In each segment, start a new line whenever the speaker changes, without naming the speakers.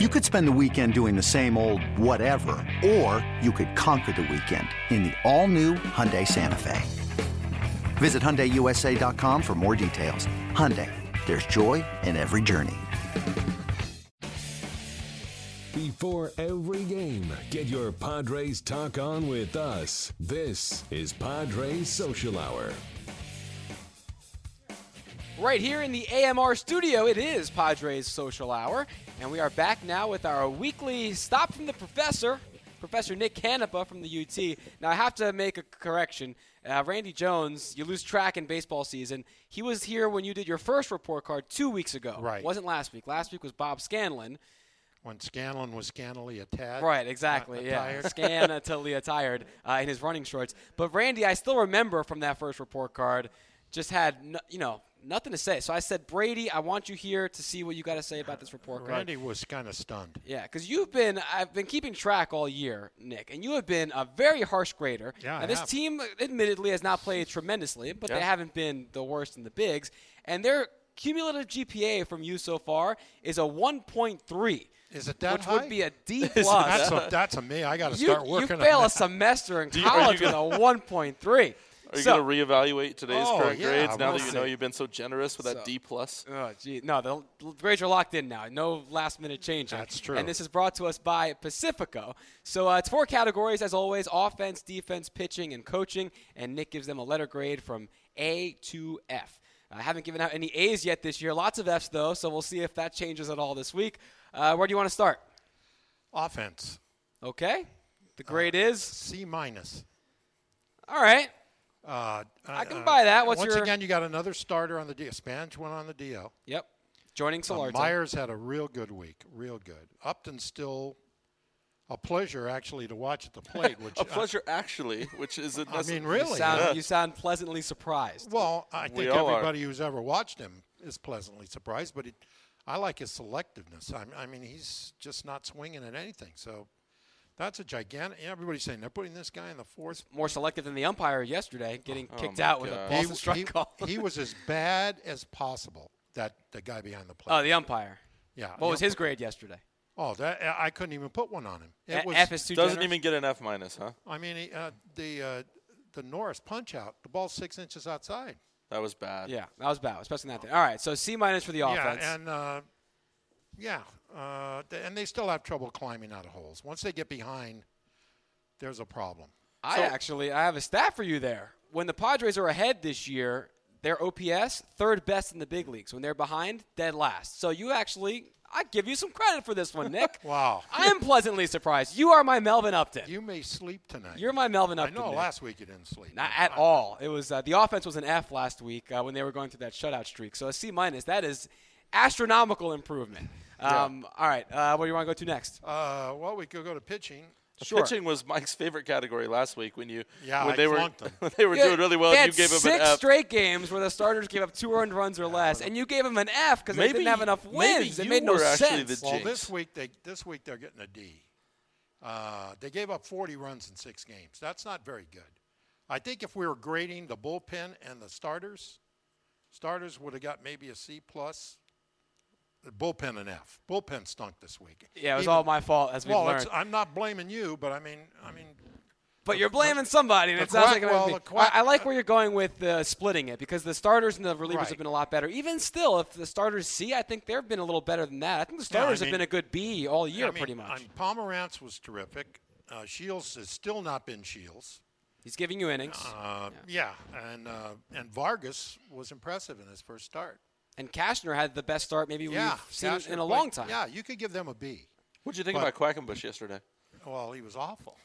You could spend the weekend doing the same old whatever, or you could conquer the weekend in the all-new Hyundai Santa Fe. Visit HyundaiUSA.com for more details. Hyundai, there's joy in every journey.
Before every game, get your Padres talk on with us. This is Padres Social Hour.
Right here in the AMR studio, it is Padres Social Hour, and we are back now with our weekly stop from the professor, Professor Nick Canepa from the UT. Now, I have to make a correction. Uh, Randy Jones, you lose track in baseball season. He was here when you did your first report card two weeks ago.
Right.
Wasn't last week. Last week was Bob Scanlon.
when Scanlon was scantily attached. uh,
Right, exactly. yeah,
attired.
scan until he attired uh, in his running shorts. But Randy, I still remember from that first report card, just had no, you know nothing to say. So I said, Brady, I want you here to see what you got to say about this report card.
Randy was kind of stunned.
Yeah, because you've been I've been keeping track all year, Nick, and you have been a very harsh grader.
Yeah, I
Now, this
have.
team admittedly has not played tremendously, but they haven't been the worst in the bigs, and their cumulative GPA from you so far is a 1.3.
Is it that
which
high?
would be a D
That's
plus.
a, that's a me. I got to
You,
start
you
working.
fail
on
a semester in
you- are you
college with a
gonna-
1.3.
Are you
So-
going to reevaluate today's
Oh,
current
yeah,
grades now
we'll
that you
see.
know you've been so generous with that
So-
D plus?
Oh, gee. No, the l- grades are locked in now. No last minute changing.
That's true.
And this is brought to us by Pacifico. So uh, it's four categories, as always offense, defense, pitching, and coaching. And Nick gives them a letter grade from A to F. I haven't given out any A's yet this year. Lots of F's, though, so we'll see if that changes at all this week. Uh, where do you want to start?
that. offense.
Okay. The grade
Uh,
is.
C minus.
All right.
Uh, I
can buy that. What's
once
your-
again? You got another starter on the DL. Spanish went on the DL.
Yep. Joining
Uh,
Solarte.
Myers had a real good week. Real good. Upton still a pleasure actually to watch at the plate. Which
A pleasure, actually, which is a
I, I mean, really.
You sound, you sound pleasantly surprised.
Well, I think
all are.
everybody who's ever watched him is pleasantly surprised, but it, I like his selectiveness. I, I mean, he's just not swinging at anything. So that's a gigantic. Everybody's saying they're putting this guy in the fourth.
more selective than the umpire yesterday, getting kicked
Oh my
out with a
God.
Boston strike
he,
call.
he was as bad as possible. That the guy behind the plate.
oh, the umpire.
yeah.
What was
yeah.
his grade yesterday?
Oh, that I I couldn't even put one on him.
A-
It was.
F is too
doesn't
generous?
even get an F minus, huh?
I mean, he, uh, the uh, the Norris punch out. The ball's six inches outside.
That was bad.
Yeah, that was bad, especially that thing. All right, so C minus for the offense.
Yeah, and uh, yeah, uh, th- and they still have trouble climbing out of holes. Once they get behind, there's a problem.
I actually I have a stat for you there. When the Padres are ahead this year, their OPS third best in the big leagues. When they're behind, dead last. So you actually, I give you some credit for this one, Nick.
Wow.
I am pleasantly surprised. You are my Melvin Upton.
You may sleep tonight.
You're my Melvin
I
Upton.
know
Nick.
last week you didn't sleep.
Not at all. It was uh, the offense was an F last week uh, when they were going through that shutout streak. So a C minus. That is astronomical improvement. Um, All right, uh, where do you want to go to next?
Uh, well, we could go to pitching.
Sure.
Pitching was Mike's favorite category last week when you
Yeah,
when
I
they were
flunked 'em.
when they were
Yeah,
doing really well
they
and
had
you gave him
six
an F.
straight games where the starters gave up two earned runs or less, and you gave them an F because they didn't have enough
maybe
wins. It
you
made no
were actually
sense.
the
Well,
jinx.
this week they this week they're getting a D. Uh, they gave up 40 runs in six games. That's not very good. I think if we were grading the bullpen and the starters, starters would have got maybe a C plus. The bullpen an F. Bullpen stunk this week.
yeah, it was
Even-
all my fault as we
Well,
learned.
it's, I'm not blaming you, but I mean, I mean,
But you're blaming somebody, and it sounds like it
Quack-
might
well,
be-
the Quack-
I, I like where you're going with uh, splitting it because the starters and the relievers
Right.
have been a lot better. Even still, if the starters C, I think they've been a little better than that. I think the
Yeah, I
starters
mean-
have been a good B all year,
I mean,
pretty much.
I mean, Pomerantz was terrific. Uh, Shields has still not been Shields.
He's giving you innings.
Uh, yeah. and uh, and Vargas was impressive in his first start.
and Kashner had the best start maybe
yeah,
we've seen
Cashner
in a
played-
long time.
Yeah, you could give them a B.
What'd you think
But-
about Quackenbush yesterday?
Well, he was awful.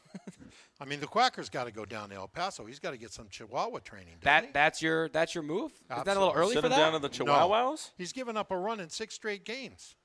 I mean, the Quacker's got to go down to El Paso. He's got to get some Chihuahua training. doesn't he?
That that's your that's your move. Is that a little
Absolutely.
early
Send
for
him
that?
down to the Chihuahuas.
He's given up a run in six straight games.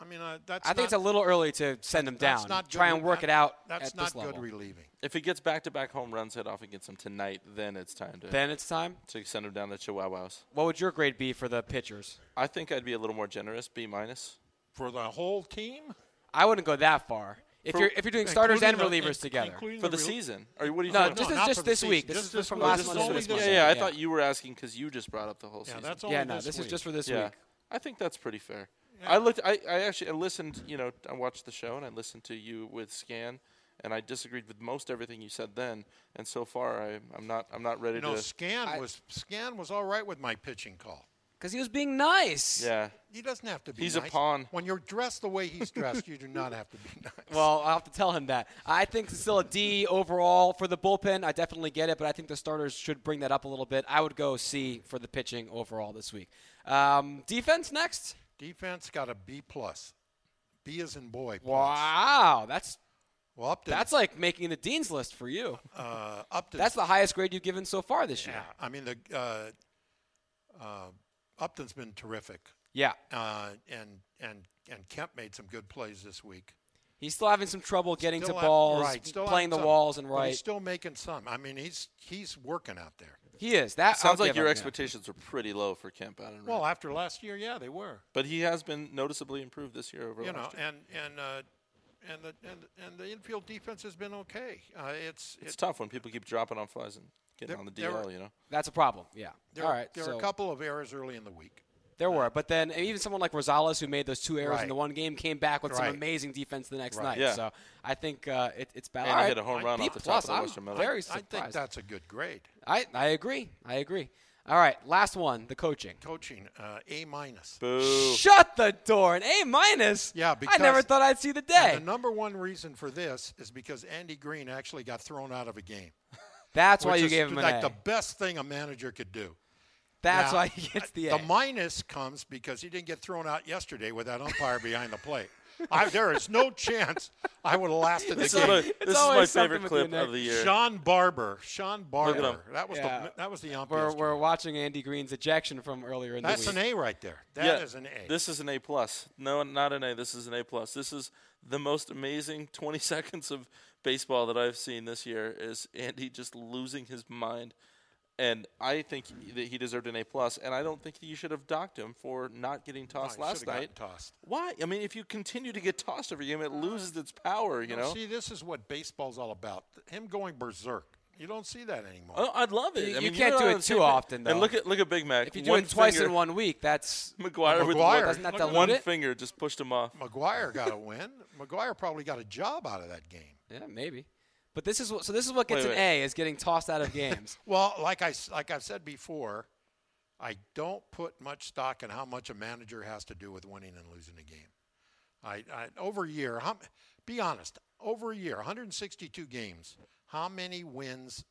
I mean, uh, that's.
I think
not,
it's a little early to send him
that's
down.
Not good
Try
re-
and work
that-
it out
That's
at
not
this
good
level.
relieving.
If he gets back-to-back home runs hit off against him tonight, then it's time to
Then it's time.
to send him down to Chihuahuas.
What would your grade be for the pitchers?
I think I'd be a little more generous, B minus.
For the whole team,
I wouldn't go that far. If
For-
you're if you're doing starters and
Including the-
relievers
in-
together.
including
for the
rel-
season. Or what do you
No,
think?
just,
no,
this
not
just
for the
this
season.
week. This
Just
is just
this
Oh,
from
week.
last
This is
Monday to
only
this
the-
Monday.
yeah, yeah, I thought you were asking because you just brought up the whole
Yeah,
season.
that's only
Yeah, no,
this
this is
week.
just for this
yeah,
week.
I think that's pretty fair. I looked. I, I actually I listened. You know, I watched the show and I listened to you with Scan, and I disagreed with most everything you said then. And so far, I, I'm not. I'm not ready
No,
to.
Scan was Scan was all right with my pitching call.
Because he was being nice.
yeah.
He doesn't have to be.
He's a
nice.
pawn.
When you're dressed the way he's dressed, you do not have to be nice.
Well, I'll have to tell him that. I think it's still a D overall for the bullpen. I definitely get it, but I think the starters should bring that up a little bit. I would go C for the pitching overall this week. Um, defense next.
defense got a B plus. B is in boy. Plus.
Wow, that's
Well, Upton.
that's like making the dean's list for you.
uh, Upton.
That's the highest grade you've given so far this year.
yeah. I mean the uh, uh, Upton's been terrific,
Yeah.
uh, and and and Kemp made some good plays this week.
He's still having some trouble getting
Still
to
have-
balls,
right, still
playing
having
the
some,
walls and
but
right.
He's still making some. I mean, he's he's working out there.
he is. That I'll
Sounds like
give
your
him that.
expectations were pretty low for Kemp Allen.
Well, after last year, yeah, they were.
but he has been noticeably improved this year over
you know,
last year.
and and uh, and the and and the infield defense has been okay. Uh, it's
It's
it,
tough when people keep dropping on flies and getting
There-
on the
there
DL.
were-
you know.
That's a problem. Yeah.
there,
All right.
there
so
are a couple of errors early in the week.
There were, but then even someone like Rosales, who made those two errors in
Right.
the one game, came back with
Right.
some amazing defense the next night.
Yeah.
So I think uh, it, it's bad.
And he hit a home run
B
off the top
plus,
of the
I'm
Western Middle.
Very
I
surprised.
think that's a good grade.
I, I agree. I agree. All right, last one, the coaching.
Coaching uh, A minus.
Boo.
Shut the door. An A minus.
Yeah,
I never
because-
thought I'd see the day.
And the number one reason for this is because Andy Green actually got thrown out of a game.
That's why
which
you
is
gave him an
like
A.
the best thing a manager could do.
That's
Now,
why he gets the A.
The minus comes because he didn't get thrown out yesterday with that umpire behind the plate. I, there is no chance I would have lasted
This
the
is
game.
my, this is my
always something
favorite
with you,
clip of
Nick.
the year.
Sean Barber. Sean Barber.
him.
That was
Yeah.
the that was the umpire.
we're, we're watching Andy Green's ejection from earlier in
That's
the week.
an A right there. That is an A. Oh,
This is an A plus. No, not an A. This is an A plus. This is the most amazing 20 seconds of baseball that I've seen this year. Is Andy just losing his mind? And I think that he deserved an A plus. And I don't think that you should have docked him for not getting tossed
No, he
last
should've gotten
night.
tossed.
Why? I mean, if you continue to get tossed every game, it loses its power. You
No,
know.
see, this is what baseball's all about. Him going berserk. You don't see that anymore.
Oh, I'd love it.
You-
I
you
mean,
can't
know
do
what
it
I'm saying?
too often, though.
And look at look at Big Mac.
If you do
One
it twice
finger-
in one week, that's
McGuire, with
McGuire.
one-
doesn't that
Look
dilute
one
it?
finger just pushed him off.
McGuire got a win. McGuire probably got a job out of that game.
Yeah, maybe. But this is what so this is what gets
Wait,
an
wait.
A is getting tossed out of games.
Well, like I s- like I've said before, I don't put much stock in how much a manager has to do with winning and losing a game. I, I over a year, how, m- be honest, over a year, 162 games. How many wins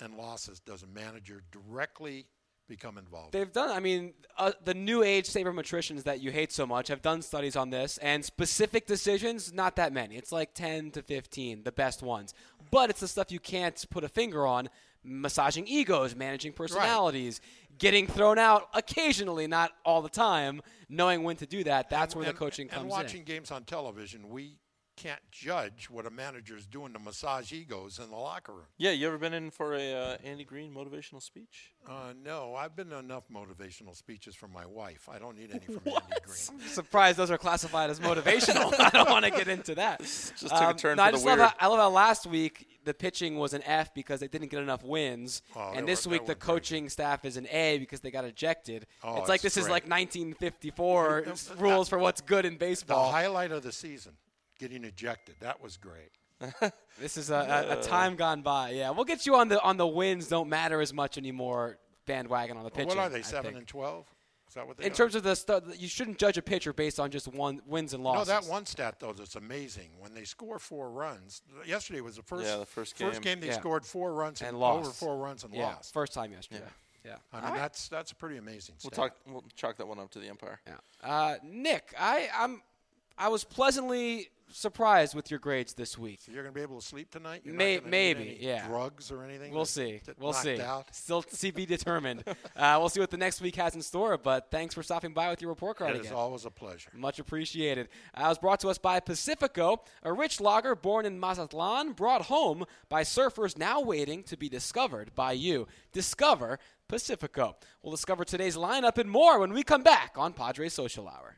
and losses does a manager directly become involved? in?
They've done. I mean, uh, the new age sabermetricians that you hate so much have done studies on this, and specific decisions, not that many. It's like ten to fifteen, the best ones. But it's the stuff you can't put a finger on: massaging egos, managing personalities, getting thrown out occasionally, not all the time. Knowing when to do that, that's where the coaching comes
and watching
in.
games on television, we can't judge what a manager is doing to massage egos in the locker room.
Yeah, you ever been in for a uh, Andy Green motivational speech?
Uh, no, I've been to enough motivational speeches from my wife. I don't need any from Andy Green.
Surprised those are classified as motivational. I don't want to get into that. Um,
Just took a turn
no,
for
I
the
just
weird.
love how, I love how last week the pitching was an F because they didn't get enough wins,
Oh, they
and this
were-
week
they
the
were crazy.
coaching staff is an A because they got ejected.
Oh,
it's like
it's
this is
great.
like 1954 s- rules for what's good in
the
baseball.
highlight of the season, getting ejected. That was great.
This is a, a, a time gone by. Yeah, we'll get you on the on the wins don't matter as much anymore bandwagon on the pitching.
what are
I
they, seven
think.
and twelve? Is that what they
in
are?
terms of the stu- you shouldn't judge a pitcher based on just one wins and
No,
losses.
that one stat though that's amazing. When they score four runs, yesterday was the first
Yeah, the first game.
they
Yeah.
scored four runs and,
and
over
lost
four runs and
yeah,
lost.
first time yesterday. yeah.
I mean that's that's a pretty amazing.
We'll
stat.
talk. We'll chalk that one up to the umpire.
Yeah. Uh, Nick, I I'm I was pleasantly surprised with your grades this week.
You're going to be able to sleep tonight. You're
May-
not gonna need
maybe,
any
yeah.
Drugs or anything.
We'll
to
see.
get
We'll
knocked
see.
out?
Still to be determined. uh, we'll see what the next week has in store. But thanks for stopping by with your report card
It is
again.
always a pleasure.
Much appreciated. Uh, it was brought to us by Pacifico, a rich lager born in Mazatlan, brought home by surfers now waiting to be discovered by you. Discover Pacifico. We'll discover today's lineup and more when we come back on Padres Social Hour.